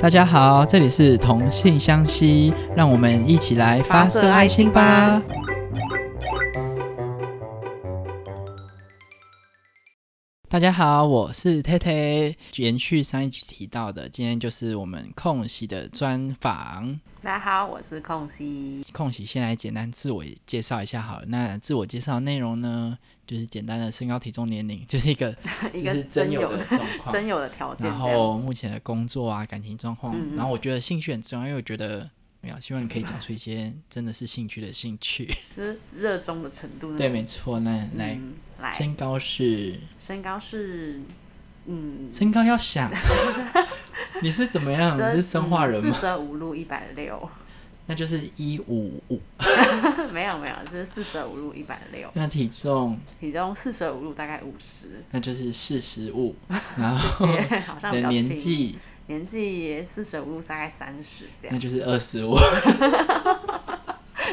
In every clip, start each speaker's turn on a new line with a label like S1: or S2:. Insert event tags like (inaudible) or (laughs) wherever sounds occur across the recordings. S1: 大家好，这里是同性相吸，让我们一起来发射爱心吧。大家好，我是 t 泰。延续上一集提到的，今天就是我们空隙的专访。
S2: 大家好，我是空
S1: (laughs)
S2: 隙。
S1: 空隙先来简单自我介绍一下好了。那自我介绍内容呢，就是简单的身高、体重、年龄， (laughs) 就是一个
S2: 一
S1: 就
S2: 个
S1: 是真有的状况，
S2: 真有的条件
S1: 然
S2: 这样。
S1: 后目前的工作啊、感情状况，
S2: 嗯嗯
S1: 然后我觉得兴趣很重要，因为我觉得没有，希望你可以讲出一些真的是兴趣的兴趣。
S2: 就是热衷的程度那
S1: (laughs)
S2: 种。
S1: 对，没错。那来，
S2: 嗯、来，
S1: 身高是
S2: 身高是嗯，
S1: 身高要
S2: (laughs)
S1: 想，你是怎么样？你是生化人
S2: 嗯四
S1: 吗？
S2: 舍五入一百六， (laughs)
S1: 那就是一五五。
S2: 没有没有，就是四舍五入一百六，
S1: 那体重
S2: 体重四舍五入大概五
S1: (laughs)
S2: 十。
S1: 那就是四十
S2: (laughs)
S1: 五，然
S2: 谢
S1: 后
S2: 谢，好像比
S1: 的
S2: 较
S1: 年
S2: 轻
S1: 纪
S2: 年纪四舍五入大概三十这
S1: 那
S2: 样。
S1: 就是二
S2: (laughs)
S1: 十五。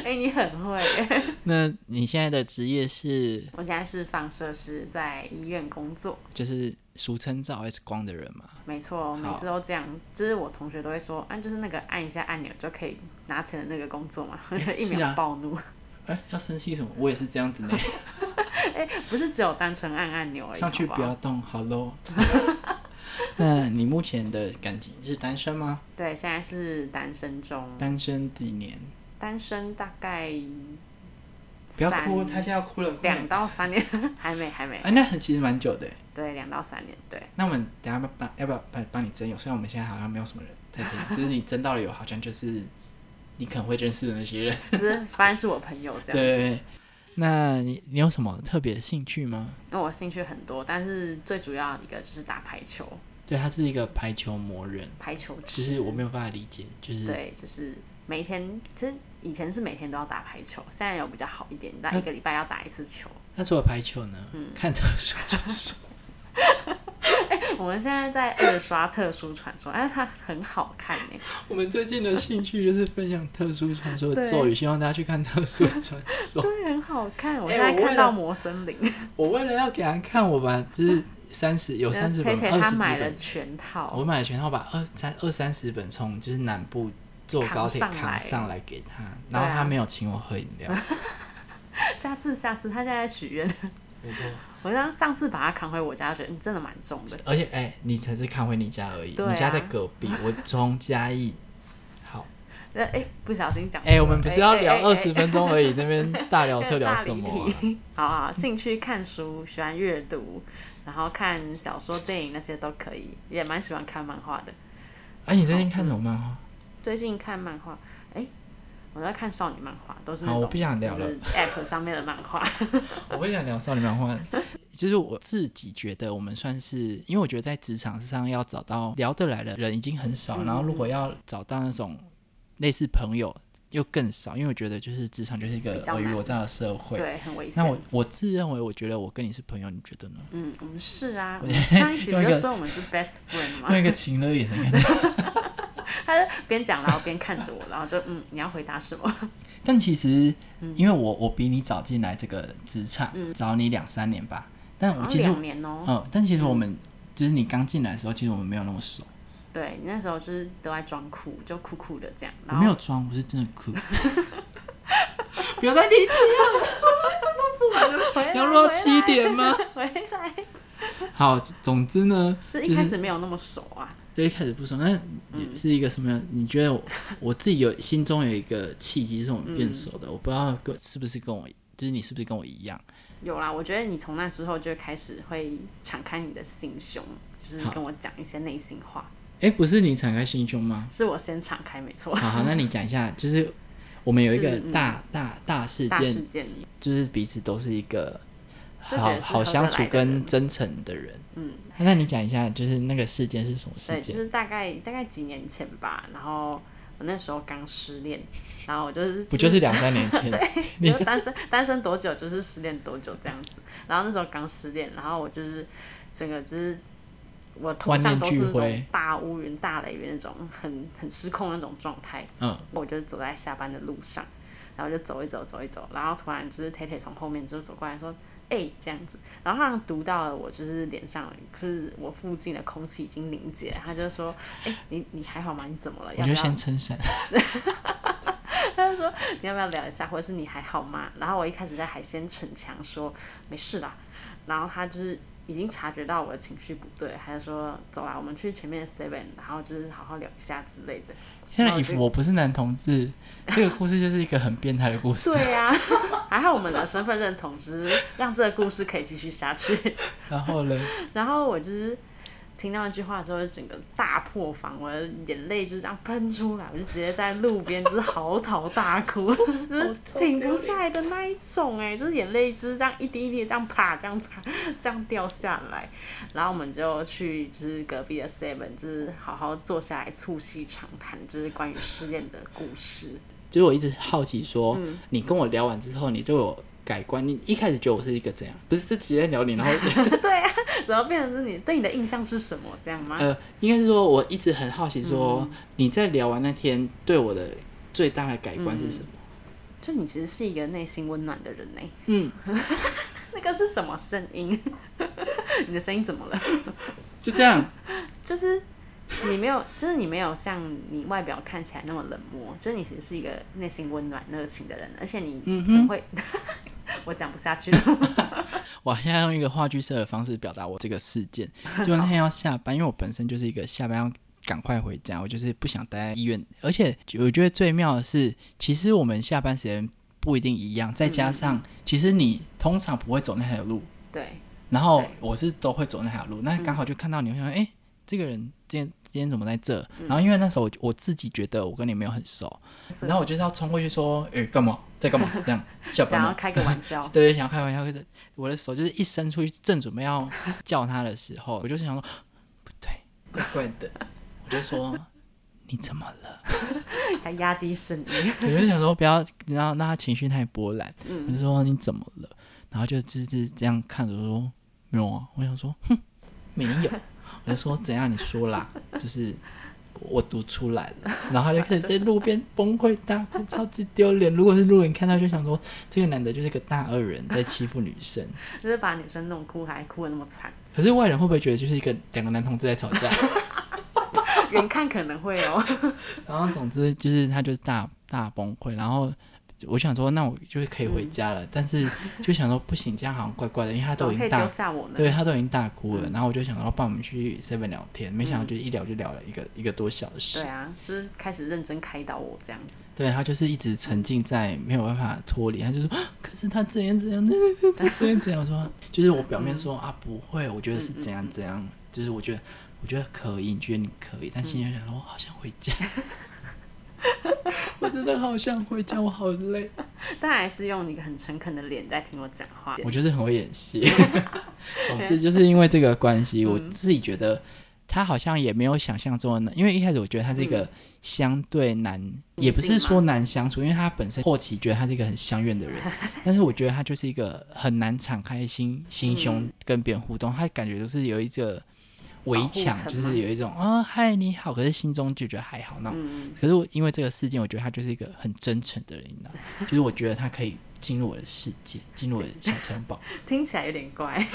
S2: 哎、你很会 (laughs) 耶。
S1: 那你现在的职业是
S2: 我现在是放射师，在医院工作。
S1: 就是俗称照 X 光的人嘛？
S2: 没错，每次都这样，就是我同学都会说，啊，就是那个按一下按钮就可以拿钱的那个工作嘛， (laughs) 一
S1: 是啊
S2: 秒暴怒，
S1: 哎，要生气什么？我也是这样子呢。
S2: 不是只有单纯按按钮而已，
S1: 上去
S2: 哎好
S1: 不
S2: 不好
S1: 要动，好 low。那你目前的感情是单身吗？
S2: 对，现在是单身中，
S1: 单身几年？
S2: 单身大概
S1: 不要
S2: 三
S1: 哭，他现在要哭了。快
S2: 两到三年， (laughs) 还没还没，
S1: 哎，那很其实蛮久的耶。
S2: 对，两到三年，对，
S1: 那我们等一下帮要不要帮帮你征友？虽然我们现在好像没有什么人在
S2: (laughs)
S1: 听，就是你征到了有，好像就是你可能会认识的那些人。
S2: 就是反正是我朋友这样子。
S1: 对。那你你有什么特别的兴趣吗？
S2: 因为我兴趣很多，但是最主要一个就是打排球，
S1: 对，他是一个排球魔人，
S2: 排球
S1: 就
S2: 池。
S1: 是我没有办法理解，就是
S2: 对，就是每天，其实以前是每天都要打排球，现在有比较好一点，但一个礼拜要打一次球。 (laughs)
S1: 那除了排球呢？
S2: 嗯
S1: 看特殊传说，
S2: 我们现在在二刷《特殊传说》，但是它很好看呢。
S1: 我们最近的兴趣就是分享特殊传说的
S2: 对
S1: 咒语，希望大家去看特殊传
S2: (laughs)
S1: 说。
S2: (laughs) 对，很好看。我
S1: 哎
S2: 现在
S1: 我为
S2: 看到
S1: 了
S2: 《魔森林》
S1: 我为了要给他看，我把就是三十有三十本
S2: 佩
S1: 吧，二
S2: 佩他
S1: 十几
S2: 买了
S1: 本，
S2: 全套，
S1: 我买了全套，把二三二三十本从就是南部坐高铁
S2: 扛上啊
S1: 扛
S2: 来
S1: 上来给他，
S2: 对
S1: 然
S2: 啊
S1: 后他没有请我喝饮料，
S2: (laughs) 下次下次他现在在许愿。 (laughs)
S1: 没错。
S2: 我刚上次把它扛回我家，觉得嗯真的蛮重的。
S1: 而且哎、你才是看回你家而已，
S2: 对啊
S1: 你家在隔
S2: (laughs)
S1: 壁，我从嘉义。好，
S2: 那哎、不小心讲错
S1: 哎、
S2: 了。
S1: 我们不是要
S2: 哎
S1: 聊
S2: 哎哎
S1: 二十分钟而已，那边大聊特聊
S2: (laughs) 大
S1: 什
S2: 离
S1: 么啊、
S2: 题。好啊，兴趣看书，喜欢阅读，然后看小说、电影那些都可以，也蛮喜欢看漫画的。
S1: 哎、你最近看什么漫画？
S2: 最近看漫画，哎、我在看少女漫画，都是那
S1: 好
S2: 种
S1: 我不想聊了
S2: 就是 App 上面的漫画。
S1: 我不想聊少女漫画， (laughs) 就是我自己觉得我们算是，因为我觉得在职场上要找到聊得来的人已经很少，
S2: 嗯
S1: 然后如果要找到那种类似朋友又更少，因为我觉得就是职场就是一个
S2: 比较
S1: 尔虞
S2: 难
S1: 我诈的社 (laughs) 会。
S2: 对，很危险。
S1: 那我我自认为，我觉得我跟你是朋友，你觉得
S2: (laughs)
S1: 呢？
S2: 嗯，我们是啊，
S1: 我
S2: 我们上一集
S1: 用一
S2: 不
S1: 个
S2: 就说我们是 best friend 吗？ (laughs)
S1: 用一个情乐眼神看待，
S2: 他就边讲然后边看着我，然后就嗯，你要回答什么？
S1: (laughs) 但其实因为我我比你早进来这个职场，早你两三年吧。但我
S2: 嗯好
S1: 其
S2: 像
S1: 实
S2: 两年哦、
S1: 嗯，但其实我们就是你刚进来的时候，其实我们没有那么熟。
S2: 对，你那时候就是都在装酷，就酷酷的这样，
S1: 我
S2: 然后
S1: 没有装，我是真的 (laughs) 哭。不要再离
S2: (laughs)
S1: 题，
S2: 回来
S1: 要录到七点吗？
S2: 回来回来，
S1: 好，总之呢，
S2: 就一开嗯始没有那么熟啊。
S1: 就一开始不熟，那也是一个什么样？你觉得我我自己有心中有一个契机，是我们变熟
S2: 嗯
S1: 的。我不知道跟是不是跟我，就是你是不是跟我一样？
S2: 有啦，我觉得你从那之后就开始会敞开你的心胸，就是跟我讲一些内心话。
S1: 哎、不是你敞开心胸吗？
S2: 是我先敞开，没错。
S1: 好好，那你讲一下，就是我们有一个
S2: 是嗯
S1: 大大大事
S2: 大事
S1: 件，
S2: 件，
S1: 就是彼此都是一个
S2: 就觉
S1: 好
S2: 得是
S1: 好
S2: 合得
S1: 相处
S2: 来的
S1: 跟
S2: 人
S1: 真诚的人。
S2: 嗯，
S1: 那你讲一下，就是那个事件是什么事
S2: 对，
S1: 件
S2: 就？是大概大概几年前吧。然后我那时候刚失恋，然后我就是
S1: 不就是两三年前？你
S2: (laughs) 就是单身单身多久就是失恋多久这样子。然后那时候刚失恋，然后我就是整个就是我头
S1: 万念
S2: 上都是
S1: 俱
S2: 那种
S1: 灰
S2: 大乌云、大雷雨那种很很失控的那种状态。
S1: 嗯，
S2: 我就是走在下班的路上，然后就走一走，走一走，然后突然就是 t a t 从后面就走过来说：“哎、这样子，然后他好像读到了我就是脸上，就是我附近的空气已经凝结了，他就说，哎、你你还好吗？你怎么了？
S1: 我
S2: 要不
S1: 就
S2: 要
S1: 先撑伞。
S2: 你要不要聊一下，或者是你还好吗？然后我一开始在还先逞强说没事啦，然后他就是已经察觉到我的情绪不对，他就说走啦，我们去前面的 seven，然后就是好好聊一下之类的。
S1: 现
S2: 然
S1: 在
S2: 后
S1: 以
S2: 我就
S1: 我不是男同
S2: (laughs)
S1: 志，这个故事就是一个很变态的故事。
S2: 对呀、 (laughs) 还好我们的身份认同只是让这个故事可以继续下去。 (laughs)
S1: 然后呢，
S2: 然后我就是听到那句话之后，就整个大破防，我的眼泪就是这样喷出来，我就直接在路边就是嚎啕大哭， (laughs) 就是停不下来的那一种哎、就是眼泪就是这样一滴一滴地这样啪这样啪这样掉下来。然后我们就去就是隔壁的 Seven，就是好好坐下来促膝长谈，就是关于失恋的故事。
S1: 就是我一直好奇说，
S2: 嗯
S1: 你跟我聊完之后，你对我改观，你一开始觉得我是一个怎样？不是，是直接聊你，
S2: (laughs)
S1: 然后
S2: 对啊，然后变成是你对你的印象是什么这样吗？
S1: 呃，应该是说我一直很好奇说，
S2: 嗯
S1: 你在聊完那天对我的最大的改观是什么？
S2: 嗯就你其实是一个内心温暖的人呢、
S1: 嗯，
S2: (laughs) 那个是什么声音？ (laughs) 你的声音怎么了？
S1: 就这样，
S2: 就是你没有， (laughs) 就是你没有像你外表看起来那么冷漠，就是你其实是一个内心温暖热情的人，而且你很会。 (laughs) 我讲不下去 (laughs) 了。
S1: 我现在用一个话剧社的方式表达我这个事
S2: (laughs)
S1: 件。就那天要下班，因为我本身就是一个下班要赶快回家，我就是不想待在医院。而且我觉得最妙的是，其实我们下班时间不一定一样，再
S2: 嗯
S1: 加上其实你通常不会走那条路，
S2: 对，
S1: 然后
S2: 对嗯
S1: 我是都会走那条路，那刚好就看到你，我想，哎、这个人今天今天怎么在这？
S2: 嗯
S1: 然后因为那时候我我自己觉得我跟你没有很熟，然后我就是要冲过去说，哎、干嘛在干嘛？这样下班
S2: 想要
S1: 了。，
S2: 开个玩笑 (laughs)
S1: 对，想要开玩笑，可是我的手就是一伸出去，正准备要叫他的时候，我就是想说，不对，怪怪的，我就说你怎么了？
S2: 还压低声音。 (laughs)
S1: 我就想说不要，然后让他情绪太波澜。我就说你怎么了？然后就就是这样看着我说没有啊。我想说哼，没有。我就说怎样？你说啦，就是我读出来了。然后他就开始在路边崩溃大哭，超级丢脸。如果是路人看到，就想说这个男的就是个大恶人，在欺负女生。
S2: 就是把女生弄哭，还哭的那么惨，
S1: 可是外人会不会觉得就是一个两个男同志在吵
S2: (laughs)
S1: 架？
S2: 远看可能会哦。
S1: 然后总之就是他就是大大崩溃，然后我想说那我就是可以回家了，但是就想说不行，这样好像怪怪的，因为他
S2: 怎
S1: 都
S2: 么
S1: 已
S2: 嗯可
S1: 经
S2: 以丢
S1: 大，
S2: 嗯下我呢？
S1: 对他都已经大哭了，然后我就想说帮我们去 seven 聊天，没
S2: 嗯
S1: 想到就一聊就聊了一个一个多小时
S2: 对，啊，就是开始认真开导我这样子。
S1: 对他就是一直沉浸在没有办法脱离，他就说啊可是他怎样怎样， (laughs) 他怎样怎样，我说就是我表面说啊不会，我觉得是怎样怎样，就是我觉得我觉得可以，你觉得你可以，但心里就想说我好想回家。 (laughs) 我真的好想回家，我好累。
S2: 但还是用一个很诚恳的脸在听我讲话。
S1: 我就是很会演
S2: (laughs)
S1: 戏。总之就是因为这个关
S2: 嗯
S1: 系，我自己觉得他好像也没有想象中的那，因为一开始我觉得他是一
S2: 嗯
S1: 个相对难，也不是说难相处，因为他本身后期觉得他是一个很相怨的
S2: (laughs)
S1: 人，但是我觉得他就是一个很难敞开心心胸跟别人互动，他感觉都是有一个围墙
S2: 嗯保护，层
S1: 就
S2: 吗
S1: 是有一种啊、嗨你好，可是心中就觉得还好那种。
S2: 嗯，
S1: 可是我因为这个事件，我觉得他就是一个很真诚的人，你知道吗， (laughs) 就是我觉得他可以进入我的世界，进入我的小城堡。 (laughs)
S2: 听起来有点怪。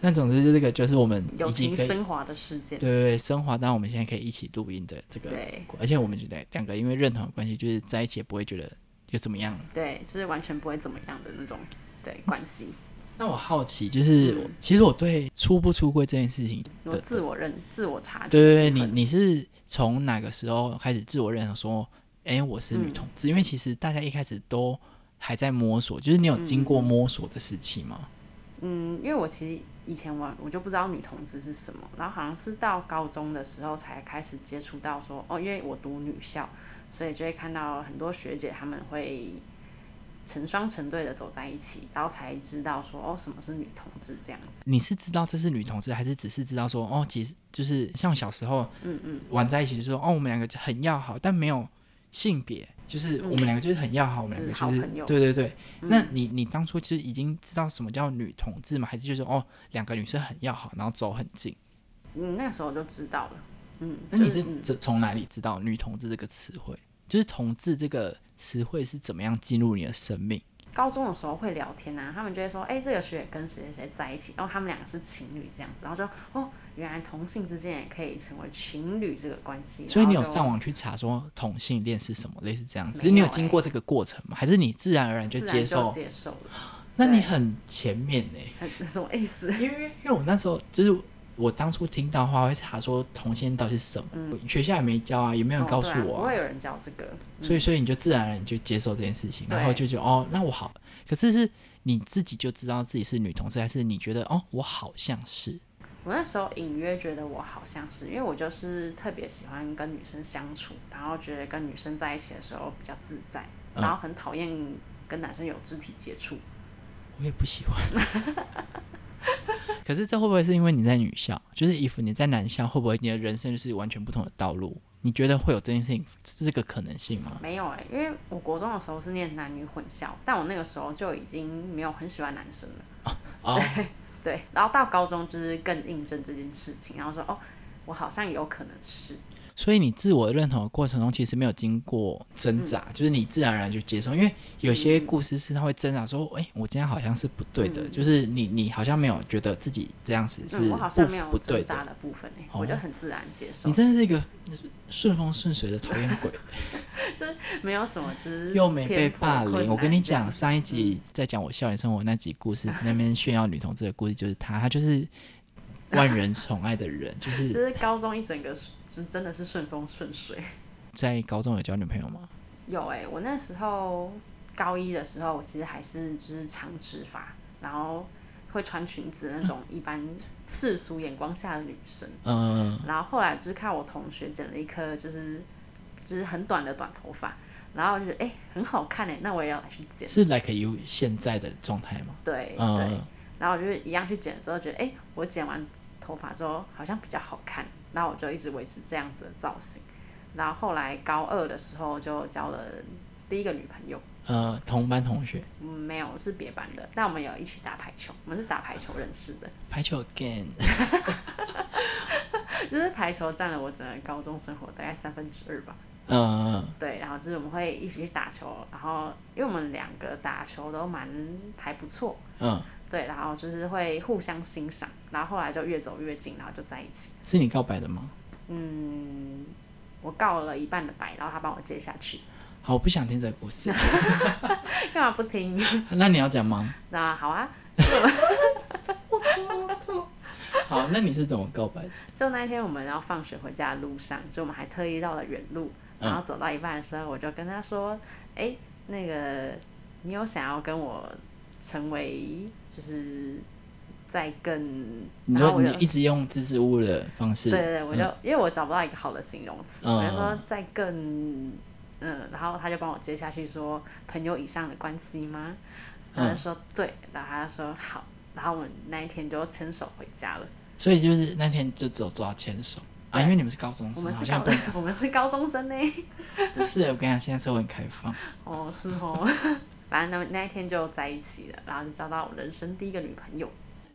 S1: 那总之，就这个就是我们
S2: 友
S1: 已经
S2: 情
S1: 可以对
S2: 升华的事件，
S1: 对对升华到我们现在可以一起录音的这个
S2: 对，
S1: 而且我们觉得两个因为认同的关系，就是在一起也不会觉得就怎么样。
S2: 对，就是完全不会怎么样的那种对关系。
S1: 那我好奇，就是、
S2: 嗯
S1: 其实我对出不出柜这件事情
S2: 我
S1: 的，
S2: 自我认、自我察觉，
S1: 对对对，你你是从哪个时候开始自我认同说，哎，我是
S2: 嗯
S1: 女同志？因为其实大家一开始都还在摸索，就是你有经过摸索的时期吗？
S2: 嗯，因为我其实以前我我就不知道女同志是什么，然后好像是到高中的时候才开始接触到说，哦，因为我读女校，所以就会看到很多学姐她们会成双成对的走在一起，然后才知道说，哦，什么是女同志这样子。
S1: 你是知道这是女同志，还是只是知道说哦，其实就是像小时候，
S2: 嗯
S1: 嗯，玩在一起就说哦，我们两个就很要好，但没有性别，就是我们两个就是很要好，我们两个
S2: 嗯就是
S1: 就是
S2: 好朋友嗯
S1: 对对对。那你你当初就是已经知道什么叫女同志吗？还是就是哦，两个女生很要好，然后走很近？
S2: 嗯，那时候就知道了。嗯，
S1: 那你
S2: 就是
S1: 这从哪里知道女同志这个词汇？就是同志这个词汇是怎么样进入你的生命？
S2: 高中的时候会聊天啊，他们就会说，哎、这个学姐跟谁谁谁在一起，然后他们两个是情侣这样子，然后就哦，原来同性之间也可以成为情侣这个关系。
S1: 所以你有
S2: 然后就
S1: 上网去查说同性恋是什么，类似这样子？
S2: 没
S1: 只是你有
S2: 有
S1: 经
S2: 欸
S1: 过这个过程吗？还是你自然而然就
S2: 自然
S1: 接受？
S2: 接受了，
S1: 那你
S2: 对
S1: 很前面呢、
S2: 呃什么意思？
S1: 因为因为我那时候就是我当初听到的话，我会查说同性恋到底是什么，学校也没教啊，也没有人告诉
S2: 嗯哦对啊
S1: 我、
S2: 不会有人教这个。
S1: 所以所以你就自然而然就接受这件事情，
S2: 对
S1: 然后就觉得哦，那我好，可是是你自己就知道自己是女同事，还是你觉得哦，我好像是？
S2: 我那时候隐约觉得我好像是，因为我就是特别喜欢跟女生相处，然后觉得跟女生在一起的时候比较自在，
S1: 嗯
S2: 然后很讨厌跟男生有肢体接触。
S1: 我也不喜欢。
S2: (laughs)
S1: 可是这会不会是因为你在女校？就是 if 你在男校，会不会你的人生就是完全不同的道路？你觉得会有这件事情这个可能性吗？
S2: 没有哎、因为我国中的时候是念男女混校，但我那个时候就已经没有很喜欢男生了。
S1: 哦，
S2: 对，然后到高中就是更印证这件事情，然后说哦，我好像有可能是。
S1: 所以你自我认同的过程中，其实没有经过挣扎，
S2: 嗯
S1: 就是你自然而然就接受。因为有些故事是他会挣扎说：“哎、我今天好像是不对的。就是你你好像没有觉得自己这样子是
S2: 嗯，
S1: 不、
S2: 我好像没有
S1: 不
S2: 挣
S1: 对
S2: 扎
S1: 的。
S2: 的部分哎、
S1: 哦
S2: 我就很自然接受
S1: 你，真的是一个顺风顺水的讨厌鬼，
S2: (laughs) 没有什么就是
S1: 又没被
S2: 嗯偏颇
S1: 霸
S2: 困
S1: 凌。
S2: 难
S1: 我跟你
S2: 这样嗯
S1: 讲，上一集在讲我校园生活那集故
S2: (laughs)
S1: 事，那边炫耀女同志的故事就是她，她就是万人宠爱的人，就
S2: 就是是高中一整个是真的是顺风顺水。
S1: 在高中有交女朋友吗？
S2: 有哎、我那时候高一的时候，我其实还是就是长直发，然后会穿裙子那种一般世俗眼光下的女生。 (laughs)
S1: 嗯、
S2: 然后后来就是看我同学剪了一颗就是就是很短的短头发，然后我就觉得哎、很好看哎、那我也要来去剪。
S1: 是 like you 现在的状态吗？
S2: 对、
S1: 嗯、
S2: 对，然后我就是一样去剪了之后，觉得哎、我剪完头发之后好像比较好看，然后我就一直维持这样子的造型。然后后来高二的时候就交了第一个女朋友，
S1: 呃，同班同学
S2: 嗯，没有是别班的，但我们有一起打排球，我们是打排球认识的， (laughs)
S1: 排球 game，
S2: 就是排球占了我整个高中生活大概三分之二吧。
S1: 呃，
S2: 对，然后就是我们会一起去打球，然后因为我们两个打球都蛮还不错，
S1: 嗯，
S2: 对，然后就是会互相欣赏，然后后来就越走越近，然后就在一起。
S1: 是你告白的吗？
S2: 嗯，我告了一半的白，然后他帮我接下去， (laughs)
S1: 好，我不想听这个故事。
S2: 干嘛不听？ (laughs)
S1: 那你要讲吗？
S2: 那好啊，
S1: 好，那你是怎么告白的？
S2: 就那一天我们要放学回家的路上，就我们还特意绕了远路，
S1: 嗯
S2: 然后走到一半的时候，我就跟他说：“哎、那个你有想要跟我成为就是在更……”
S1: 你
S2: 然后
S1: 说
S2: 我
S1: 你
S2: 就
S1: 一直用支支吾吾的方式，
S2: 对对对，我就、
S1: 嗯
S2: 因为我找不到一个好的形容词，
S1: 嗯
S2: 我就说在更嗯，然后他就帮我接下去说朋友以上的关系吗？
S1: 嗯
S2: 然后他就说、对，然后他就说好，然后我们那一天就牵手回家了。
S1: 所以就是那天就只有做到牵手啊，
S2: 对
S1: 因为你们是高中
S2: 我
S1: 生，
S2: 们
S1: 好
S2: 是
S1: 像
S2: 高
S1: 不
S2: 我们是高中生呢。
S1: (laughs) 不是。我跟你讲，现在社会很开放，
S2: 哦，是哦。 (laughs) 反正那那一天就在一起了，然后就交到我人生第一个女朋友。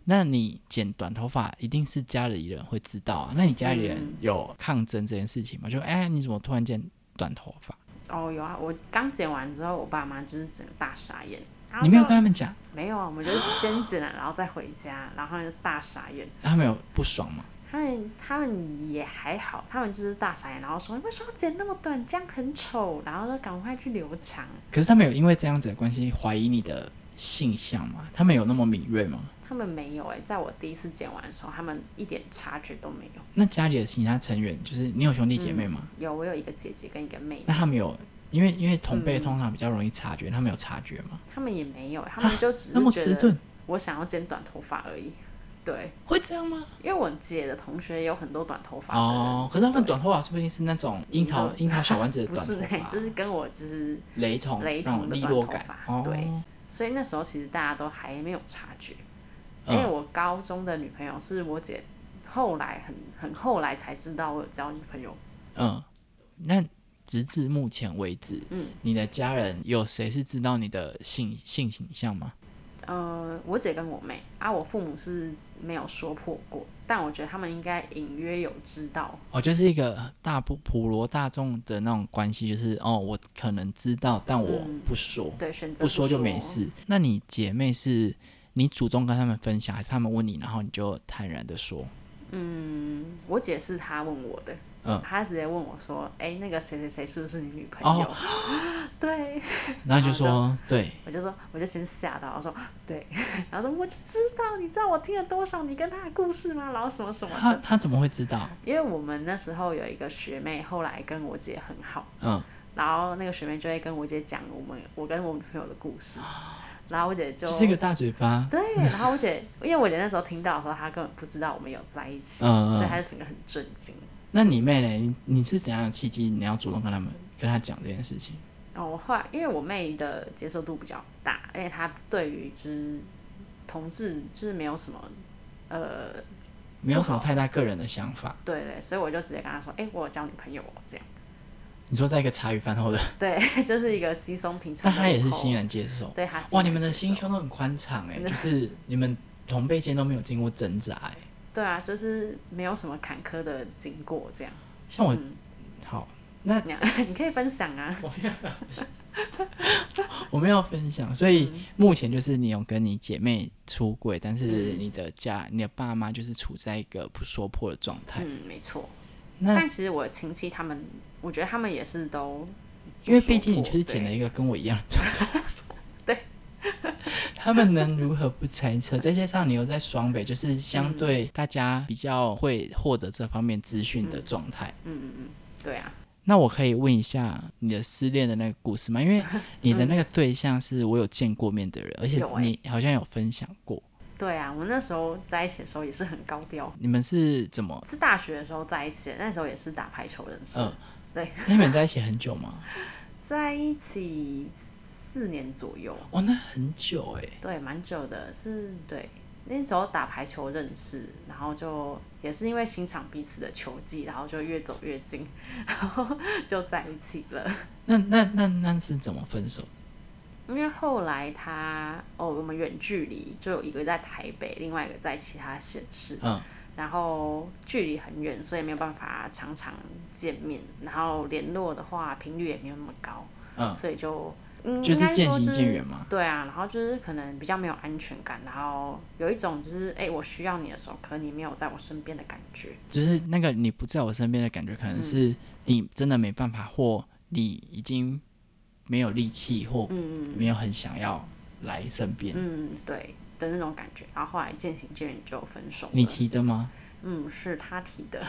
S1: 那你剪短头发一定是家里人会知道啊。那你家里人
S2: 嗯
S1: 有抗争这件事情吗？就哎、你怎么突然剪短头发？
S2: 哦，有啊，我刚剪完之后，我爸妈就是整个大傻眼。然后
S1: 你没有
S2: 就
S1: 跟他们讲，
S2: 没有啊，我们就是先剪了，然后再回家，然后他们就大傻眼。
S1: 他们有不爽吗？
S2: 他们他们也还好，他们就是大傻眼，然后说你为什么剪那么短，这样很丑，然后就赶快去留长。
S1: 可是他们有因为这样子的关系怀疑你的性向吗？他们有那么敏锐吗？
S2: 他们没有哎、在我第一次剪完的时候，他们一点察觉都没有。
S1: 那家里的其他成员，就是你有兄弟姐妹吗？
S2: 有，我有一个姐姐跟一个妹，
S1: 那他们有，因为因为同
S2: 嗯
S1: 辈通常比较容易察觉，他们有察觉吗？
S2: 他们也没有欸、他们就只
S1: 那么
S2: 是
S1: 迟
S2: 觉得
S1: 钝，
S2: 我想要剪短头发而已。对，
S1: 会这样吗？
S2: 因为我姐的同学有很多短头发的人
S1: 哦，可是他们短头发说不定是那种樱桃
S2: 你
S1: 樱桃小丸子的
S2: (laughs) 不
S1: 短
S2: 是
S1: 头
S2: 那、
S1: 发，
S2: 就是跟我就是，
S1: 雷同
S2: 雷
S1: 那
S2: 同
S1: 种
S2: 的
S1: 利
S2: 短
S1: 落
S2: 头
S1: 感。
S2: 发
S1: 哦，
S2: 对所以那时候其实大家都还没有察觉。因为
S1: 嗯，
S2: 我高中的女朋友是我姐，后来很很后来才知道我有交女朋友。
S1: 嗯，那直至目前为止，
S2: 嗯
S1: 你的家人有谁是知道你的性性倾向吗？
S2: 呃，我姐跟我妹啊，我父母是没有说破过，但我觉得他们应该隐约有知道，
S1: 哦，就是一个大普普罗大众的那种关系，就是哦，我可能知道，但我
S2: 嗯
S1: 不说，
S2: 对，选择
S1: 不
S2: 说
S1: 说就没。事。那你姐妹是你主动跟他们分享，还是他们问你，然后你就坦然的说？
S2: 嗯，我姐是她问我的，
S1: 嗯
S2: 她直接问我说：“哎、那个谁谁谁是不是你女朋友？”
S1: 哦
S2: (laughs) 对，
S1: 然后
S2: 然后
S1: 就说对，
S2: 我就说，我就先吓到，我说对，然后说我就知道，你知道我听了多少你跟他的故事吗？然后什么什么
S1: 他
S2: 的，
S1: 他怎么会知道？
S2: 因为我们那时候有一个学妹，后来跟我姐很好，
S1: 嗯，
S2: 然后那个学妹就会跟我姐讲我们我跟我女朋友的故事，然后我姐就
S1: 哦就是一个大嘴巴，
S2: 对，然后我姐，因为我姐那时候听到的时候，她根本不知道我们有在一起，
S1: 嗯
S2: 所以
S1: 嗯。
S2: 她就整个很震惊。
S1: 那你妹嘞？你你是怎样的契机，你要主动跟他们跟他讲这件事情？
S2: 然后我后来，因为我妹的接受度比较大，而且她对于就是同志就是没有什么呃
S1: 没有什么太大个人的想法。
S2: 对对，所以我就直接跟他说，哎、我有交女朋友哦，这样。
S1: 你说在一个茶余饭后的，
S2: 对， (laughs) 就是一个稀松平常
S1: 但
S2: 的午后。
S1: 他也是欣然接受。
S2: 对，他欣
S1: 哇，
S2: 然
S1: 你们的
S2: 接
S1: 心
S2: 受
S1: 胸都很宽敞哎，就是你们同辈间都没有经过挣扎哎。
S2: 对啊，就是没有什么坎坷的经过这样。
S1: 像我，
S2: 嗯
S1: 好，那
S2: 你 (laughs) 你可以分享啊。
S1: 我们要分享，所以
S2: 嗯
S1: 目前就是你有跟你姐妹出轨，但
S2: 嗯
S1: 是你的家、你的爸妈就是处在一个不说破的状态。
S2: 嗯，没错。
S1: 那
S2: 但其实我亲戚他们，我觉得他们也是都不
S1: 因为
S2: 说
S1: 毕竟你就
S2: 破
S1: 是剪了
S2: 对，
S1: 一个跟我一样的状态
S2: (laughs) 对，
S1: (laughs) 他们能如何不猜测？再加上你又在双北，就是
S2: 嗯
S1: 相对大家比较会获得这方面资讯
S2: 嗯
S1: 的状态。
S2: 对啊，
S1: 那我可以问一下你的失恋的那个故事吗？因
S2: (laughs)
S1: 为你的那个对象是我有见过面的人，而且
S2: 有欸
S1: 你好像有分享过，
S2: 对啊。我们那时候在一起的时候也是很高调，
S1: 你们是怎么？
S2: 是大学的时候在一起的，那时候也是打排球认识，
S1: 嗯，
S2: 对，
S1: 那你们在一起很久
S2: (laughs)
S1: 吗？
S2: 在一起四年左右。
S1: 哇，那很久哎、
S2: 对，蛮哦久欸的，是对。那时候打排球认识，然后就也是因为欣赏彼此的球技，然后就越走越近， (laughs) 然后就在一起了。
S1: 那那那那是怎么分手的？
S2: 因为后来他哦，我们远距离就有一个在台北，另外一个在其他县市，
S1: 嗯，
S2: 然后距离很远，所以没有办法常常见面，然后联络的话频率也没有那么高，
S1: 嗯
S2: 所以就嗯，
S1: 就是
S2: 应该说
S1: 渐行
S2: 就是
S1: 渐远嘛
S2: 对啊，然后就是可能比较没有安全感，然后有一种就是哎、我需要你的时候，可你没有在我身边的感觉。
S1: 就是那个你不在我身边的感觉，可能是你真的没办法，或你已经没有力气，或没有很想要来身边。
S2: 嗯，对的那种感觉。然后后来渐行渐远就分手
S1: 你
S2: 了。
S1: 提的吗？
S2: 嗯，是他提的。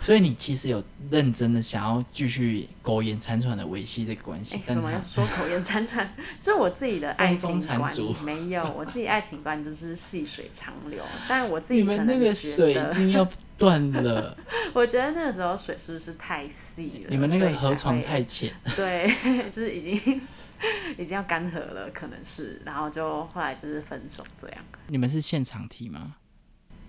S1: 所以你其实有认真的想要继续苟延残喘的维系这个关系
S2: 哎，，
S1: 但
S2: 怎么
S1: 他
S2: 说口言潺潺？就是我自己的爱情
S1: 风中
S2: 观
S1: 残烛，
S2: 没有我自己爱情观就是细水长流。但我自
S1: 你
S2: 己可
S1: 们那
S2: 能
S1: 个
S2: 觉
S1: 水已
S2: 得，
S1: 经要断
S2: (laughs)
S1: 了，
S2: 我觉得那个时候水是不是太细了？
S1: 你们那
S2: 所以
S1: 个
S2: 才
S1: 河床
S2: 会
S1: 太浅，
S2: 对， (laughs) 就是已经已经要干涸了，可能是。然后就后来就是分手这样。
S1: 你们是现场提吗？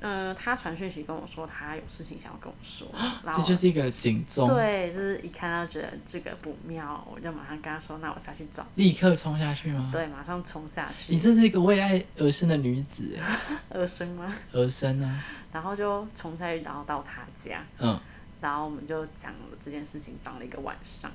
S2: 嗯、他传讯息跟我说他有事情想要跟我说，然
S1: 啊
S2: 后
S1: 这就是一个警钟，
S2: 对，就是一看到觉得这个不妙，我就马上跟他说，那我下去找。
S1: 立刻冲下去吗？
S2: 对，马上冲下
S1: 啊你
S2: 去，
S1: 真是一个为爱而生的女子，哎
S2: (laughs) 二声吗？
S1: 而生啊，
S2: 然后就冲下去，然后到他家，
S1: 嗯，
S2: 然后我们就讲了这件事情，讲了一个晚上。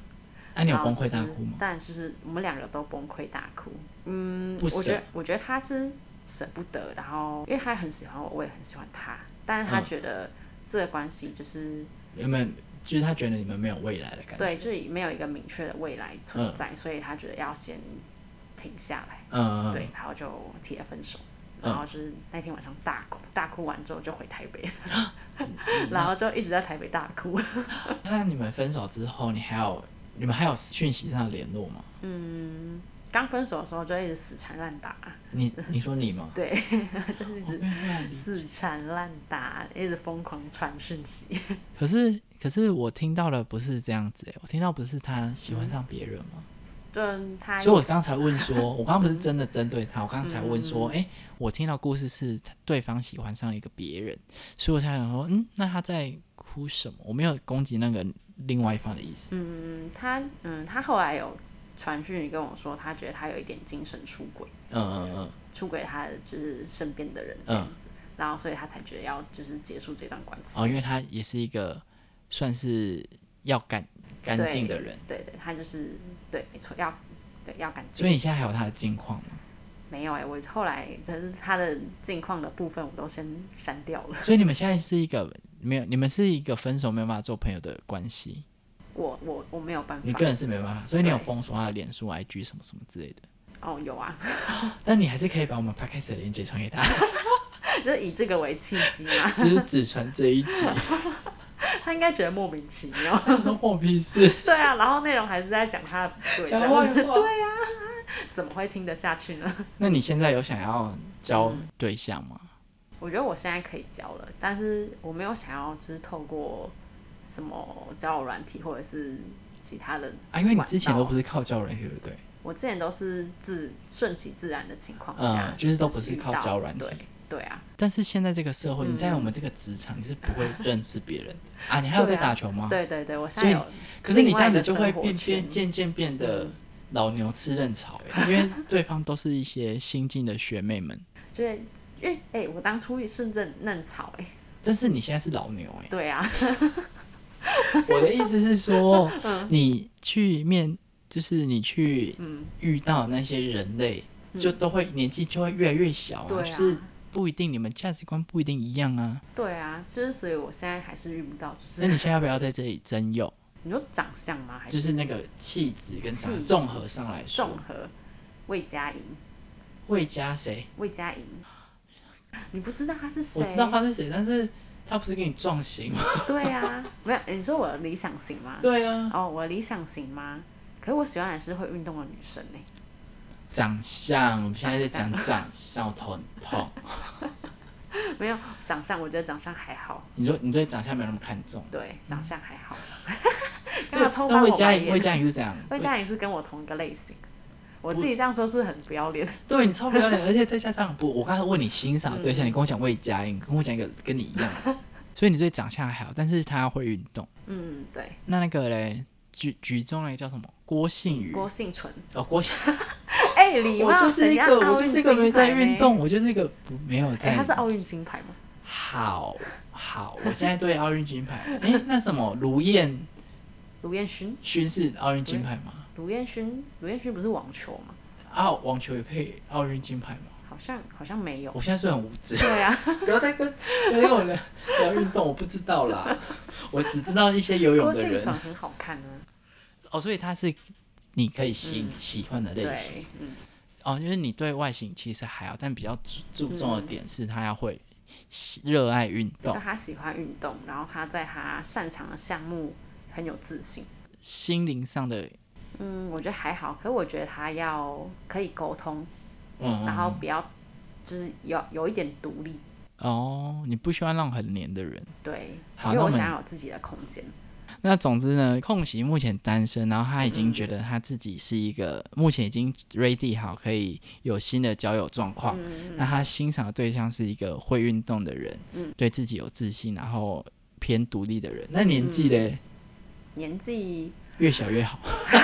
S1: 那、你有
S2: 然后
S1: 崩
S2: 就
S1: 溃大
S2: 是
S1: 哭吗？
S2: 但就是我们两个都崩溃大哭。嗯，
S1: 不
S2: 我觉
S1: 舍
S2: 得我觉得他是舍不得，然后因为他很喜欢我，我也很喜欢他，但是他
S1: 嗯
S2: 觉得这个关系就是、
S1: 你们就是他觉得你们没有未来的感觉，
S2: 对，就是没有一个明确的未来存在，所以他觉得要先停下来。
S1: 嗯，嗯，嗯
S2: 对，然后就提了分手。然后是那天晚上大哭，大哭完之后就回台 (laughs) 北，嗯然后就一直在台北大哭。
S1: 那你们分手之后，你还有你们还有讯息上的联络吗？
S2: 刚分手的时候就一直死缠烂打，
S1: 你你说你吗？
S2: 对， (laughs) 就是一
S1: 我
S2: 直
S1: 没有办法理
S2: 死缠烂打，一直疯狂传讯息。
S1: 可是可是我听到的不是这样子、欸，我听到不是他喜欢上别人吗？
S2: 就他
S1: 所以我刚才问说，
S2: (laughs)
S1: 我刚刚不是真的针对他，我刚才问
S2: 嗯
S1: 说，哎、我听到故事是他对方喜欢上了一个别人，所以我才想说，嗯，那他在哭什么？我没有攻击那个另外一方的意思。
S2: 嗯，他嗯，他后来有传讯跟我说，他觉得他有一点精神出轨，
S1: 嗯嗯嗯，
S2: 出轨他的就是身边的人这样子。然后所以他才觉得要就是结束这段关系。
S1: 嗯哦，因为他也是一个算是要干干净的人，
S2: 对对，他就是对，没错，要对要干净。
S1: 所以你现在还有他的近况吗？
S2: 没有哎、我后来就是他的近况的部分我都先删掉了。
S1: 所以你们现在是一个没有，你们是一个分手没有办法做朋友的关系，
S2: 我我我没有办法。
S1: 你个人是没办法，所以你有
S2: 对
S1: 封锁他的脸书、IG 什么什么之类的，
S2: 哦有啊，
S1: 但你还是可以把我们 podcast 的链接传给他， (laughs)
S2: 就是以这个为契机嘛， (laughs)
S1: 就是只传这一集，
S2: 他应该觉得莫名其妙。 (laughs)
S1: 都我屁事，
S2: 对啊，然后内容还是在讲他的不 (laughs) 对，这
S1: 讲
S2: 样
S1: 坏
S2: 子
S1: 话。对呀、
S2: 怎么会听得下去呢？
S1: 那你现在有想要交
S2: 嗯
S1: 对象吗？
S2: 我觉得我现在可以交了，但是我没有想要就是透过什么交友软体或者是其他的
S1: 啊，因为你之前
S2: 管
S1: 都
S2: 道
S1: 不是靠交友软体，对不对？
S2: 我之前都是自顺其自然的情况下，
S1: 嗯，就是都不是靠
S2: 遇到
S1: 交友软体。
S2: 对对啊，
S1: 但是现在这个社会，
S2: 嗯
S1: 你在我们这个职场，你是不会认识别人的啊。你还有在
S2: 对啊
S1: 打球吗？
S2: 对对对，我现
S1: 所
S2: 在
S1: 以
S2: 有
S1: 可是你这样子就
S2: 另
S1: 会
S2: 外一个
S1: 变
S2: 生活
S1: 变
S2: 圈
S1: 渐渐变得老牛吃嫩草、欸，因为对方都是一些新进的学妹们，
S2: 就是因为哎、我当初是嫩嫩草哎、
S1: 但是你现在是老牛哎、
S2: 对啊，
S1: 我的意思是说，
S2: 嗯
S1: 你去面，就是你去遇到那些人类，就都会年纪就会越来越小啊，
S2: 嗯对啊
S1: 就是不一定你们价值观不一定一样啊。
S2: 对啊，就是所以我现在还是遇不到，就
S1: 那
S2: 是
S1: 你现在要不要在这里征友？
S2: 你说长相吗？还
S1: 嗯就是那个气质跟长
S2: 气质
S1: 综合上来说
S2: 综，合魏佳莹？
S1: 魏佳谁？
S2: 魏佳莹，你不知道她是谁？
S1: 我知道他是谁，但是他不是给你撞型
S2: (laughs)
S1: 吗？
S2: 对啊，没有，你说我的理想型吗？
S1: 对啊，
S2: 哦，我的理想型吗？可是我喜欢的是会运动的女生欸呢、
S1: 长相，我们现在在讲长相，我头很痛。
S2: 没有长相，我觉得长相还好，
S1: 你说你对长相没有那么看
S2: (laughs)
S1: 重，
S2: 对，长相还
S1: (laughs)
S2: 好。干嘛偷
S1: 嗯那
S2: 翻
S1: 魏
S2: 我
S1: 佳
S2: 白
S1: 莹，魏
S2: 眼？
S1: 佳莹是这样，
S2: 魏佳莹是跟我同一个类型，我自己这样说是不是很不要脸。
S1: 对你超不
S2: (laughs)
S1: 要脸，而且再加上不，我刚才问你欣赏的对象，
S2: 嗯
S1: 你跟我讲魏佳莹，跟我讲一个跟你一样的，所以你对长相还好，但是他会运动。
S2: 嗯，对，
S1: 那那个嘞，举举重嘞叫什么？郭信宇。
S2: 郭幸存，
S1: 哦，郭信，
S2: 哎、礼
S1: 我
S2: 貌
S1: 就是一个，我就是一个没在运。
S2: 谁要奥运金牌呢
S1: 动，我就是一个不没有
S2: 哎、
S1: 在。
S2: 他是奥运金牌吗？
S1: 好好，我现在对奥运金牌，哎、那什么卢燕
S2: 卢彦勋，
S1: 勋是奥运金牌吗？
S2: 卢彦勋，卢彦勋不是网球吗？
S1: 啊，网球也可以奥运金牌吗？
S2: 好像好像没有。
S1: 我现在是很无知，
S2: 对啊，
S1: (laughs) 不要再跟
S2: (laughs)
S1: 不要跟我聊聊运动，我不知道啦，我只知道一些游泳
S2: 郭
S1: 的
S2: 幸存
S1: 人。
S2: 很好看啊。
S1: 哦，所以他是你可以喜、
S2: 嗯
S1: 喜欢的类型
S2: 对，嗯，
S1: 哦，因为你对外形其实还好，但比较注注重的点是他要会喜热爱运
S2: 就
S1: 动，
S2: 他喜欢运动，然后他在他擅长的项目很有自信。
S1: 心灵上的，
S2: 嗯，我觉得还好，可是我觉得他要可以沟通，
S1: 嗯，
S2: 然后不要就是有有一点独立，
S1: 哦，你不喜欢让很黏的人。
S2: 对，
S1: 好
S2: 因为
S1: 那我
S2: 我
S1: 们
S2: 想要有自己的空间。
S1: 那总之呢，空袭目前单身，然后他已经觉得他自己是一个、目前已经 ready 好可以有新的交友状况。那他欣赏的对象是一个会运动的人，对自己有自信，然后偏独立的人。那年纪嘞，
S2: 年纪 (laughs)
S1: 越小越好。 (laughs)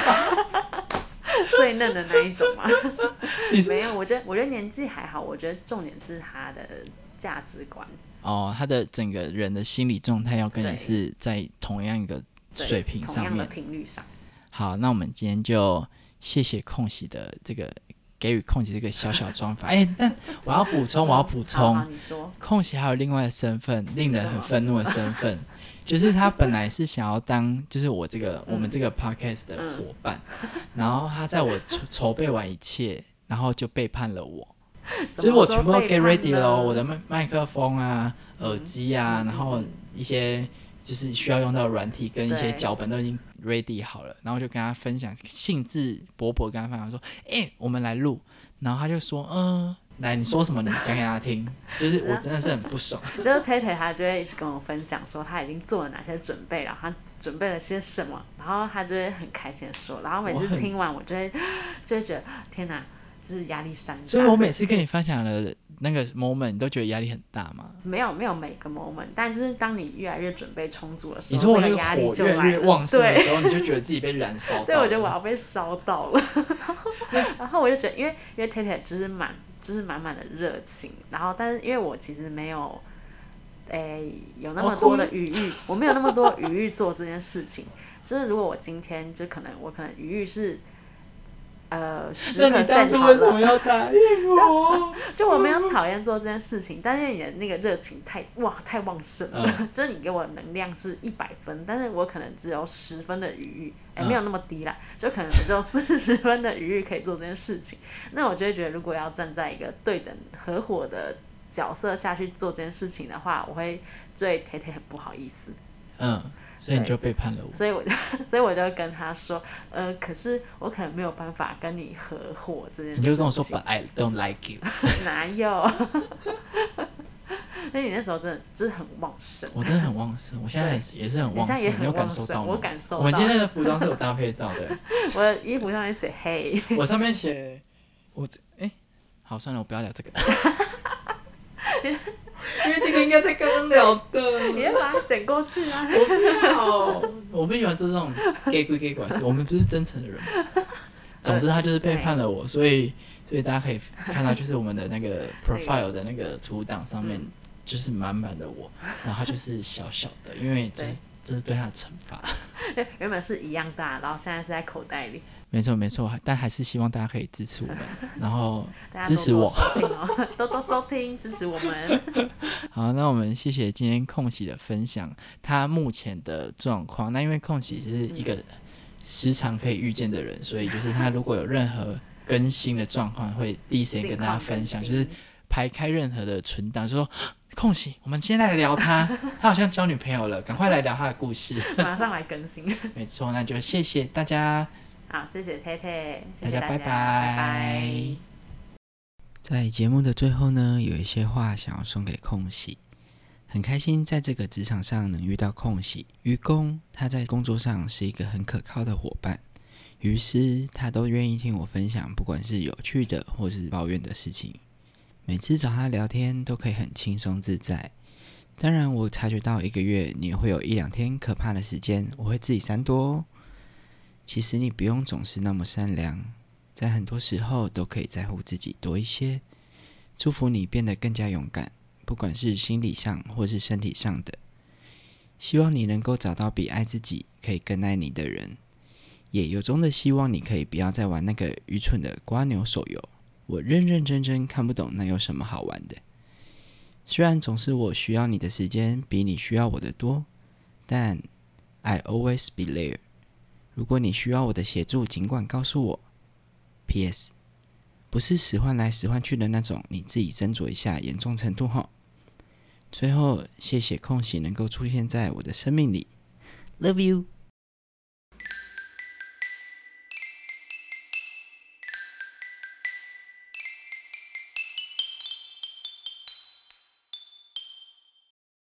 S2: 最嫩的那一种嘛
S1: (laughs) 你是，
S2: 没有，我觉得我觉得年纪还好，我觉得重点是他的价值观。
S1: 哦，他的整个人的心理状态要跟你
S2: 对
S1: 是在同样一个
S2: 对
S1: 水平
S2: 同
S1: 上
S2: 样的
S1: 面。
S2: 频率上，
S1: 好，那我们今天就谢谢空袭的这个给予空袭这个小 (laughs) 小装法。哎、但我要补充，我要补
S2: 好
S1: 充
S2: 好，。你说，
S1: 空袭还有另外的身份，令人很愤怒的身份，就是他本来是想要当，就是我这个、我们这个 podcast 的伙伴，然后他在我筹筹备完一切，然后就背叛了我，就是我全部都 get ready 了哦，我
S2: 的嗯
S1: 的麦麦克风啊、耳机啊，然后一些就是需要用到的软体跟一些
S2: 对
S1: 脚本都已经 ready 好了，然后就跟他分享，兴致勃勃跟他分享说，哎、我们来录，然后他就说，嗯、
S2: (laughs)
S1: 来，你说什么？你讲给他听，就是我真的是很不
S2: (laughs)
S1: 爽。
S2: 就是 t a t a 他就会一直跟我分享说他已经做了哪些准备，然后他准备了些什么，然后他就会很开心的说，然后每
S1: 我
S2: 次
S1: 很
S2: 听完我就会就会觉得天哪，就是压力山大。
S1: 所以我每次跟你分享了那个 moment，你都觉得压力很大
S2: (laughs)
S1: 吗？
S2: 没有没有每个 moment，但就是当你越来越准备充足的时
S1: 你
S2: 候，
S1: 说我
S2: 那
S1: 那
S2: 个
S1: 个
S2: 压力
S1: 火
S2: 就
S1: 越来
S2: 来
S1: 越旺
S2: 了。
S1: 盛的
S2: 对，
S1: 时候，你就觉得自己被燃
S2: (laughs)
S1: 烧到了。
S2: 对，我觉得我要被烧到了。然后我就觉得，因为因为 t a t a 就是蛮就是满满的热情。然后，但是因为我其实没有，诶、有那么多的余
S1: 哦
S2: 裕，我没有那么多余裕做这件事情。就是如果我今天就可能我可能余裕是，呃，十
S1: 那你当
S2: percent
S1: 初
S2: 好
S1: 为什
S2: 了
S1: 么，要答应我？
S2: 就我没有讨厌做这件事情，但是你的那个热情太哇太旺盛了，
S1: 嗯
S2: (laughs) 就是你给我的能量是一百分，但是我可能只有十分的余裕，哎、
S1: 嗯
S2: 没有那么低啦，就可能只有四十分的余裕可以做这件事情。那我就会觉得，如果要站在一个对等合伙的角色下去做这件事情的话，我会对铁铁很不好意思。
S1: 嗯，所以你就背叛了我。
S2: 所以我就， (laughs) 所以我就跟他说，呃，可是我可能没有办法跟你合伙这件事
S1: 你
S2: 情。
S1: 就跟我说，But I don't like you。
S2: (laughs) 哪有？那你那时候真的就是很旺盛，
S1: 我真的很旺盛，我现在也是也是很
S2: 你
S1: 旺盛，
S2: 现在也
S1: 你有
S2: 很旺
S1: 感
S2: 盛
S1: 受到吗？
S2: 我感受
S1: 我们
S2: 到
S1: 今天的服装是有搭配到
S2: (laughs)
S1: 的，
S2: 我的衣服上面写黑，
S1: 我上面写我这哎、好算了，我不要聊这
S2: (laughs)
S1: 个，因为这个应该在刚刚聊
S2: 你
S1: 的。
S2: 要把它剪过去 (laughs) 啊。
S1: 好， (laughs) 我不喜欢做这种 gay 归 gay 管事，我们不是真诚的人。
S2: (laughs)
S1: 总之，他就是背叛了我，所以所以大家可以看到，就是我们的那
S2: (laughs)
S1: 个 profile 的那个图档上面
S2: 嗯，
S1: 就是满满的我，然后他就是小小的，因为就是
S2: 对
S1: 这是对他的惩罚。
S2: 对，原本是一样大，然后现在是在口袋里。
S1: 没错没错，但还是希望大家可以支持我们，然后
S2: (laughs) 大家
S1: 支
S2: 多
S1: 持
S2: 多
S1: 我。
S2: 收听哦， (laughs) 多多收听，支持我
S1: (laughs)
S2: 们。
S1: 好，那我们谢谢今天空喜的分享，他目前的状况。那因为空喜是一个时常可以遇见的人，所以就是他如果有任何更新的状况，会第一时间跟大家分享，
S2: 近况更
S1: 就
S2: 新
S1: 是排开任何的存档，就说空喜，我们今天来聊他，他好像交女朋友了，赶快来聊他的故事。
S2: 马上来更新。
S1: 没错，那就谢谢大家。
S2: 好，谢谢佩佩，谢
S1: 大家
S2: 谢
S1: 拜
S2: 拜拜。
S1: 在节目的最后呢，有一些话想要送给空喜。很开心在这个职场上能遇到空喜。愚公他在工作上是一个很可靠的伙伴，于是他都愿意听我分享，不管是有趣的或是抱怨的事情。每次找他聊天都可以很轻松自在。当然，我察觉到一个月你会有一两天可怕的时间，我会自己删多、哦。其实你不用总是那么善良，在很多时候都可以在乎自己多一些。祝福你变得更加勇敢，不管是心理上或是身体上的。希望你能够找到比爱自己可以更爱你的人，也由衷的希望你可以不要再玩那个愚蠢的瓜牛手游。我认认真真看不懂那有什么好玩的。虽然总是我需要你的时间比你需要我的多，但 I always be there。如果你需要我的协助，尽管告诉我。P.S. 不是使唤来使唤去的那种，你自己斟酌一下严重程度哈。最后，谢谢空隙能够出现在我的生命里，Love you。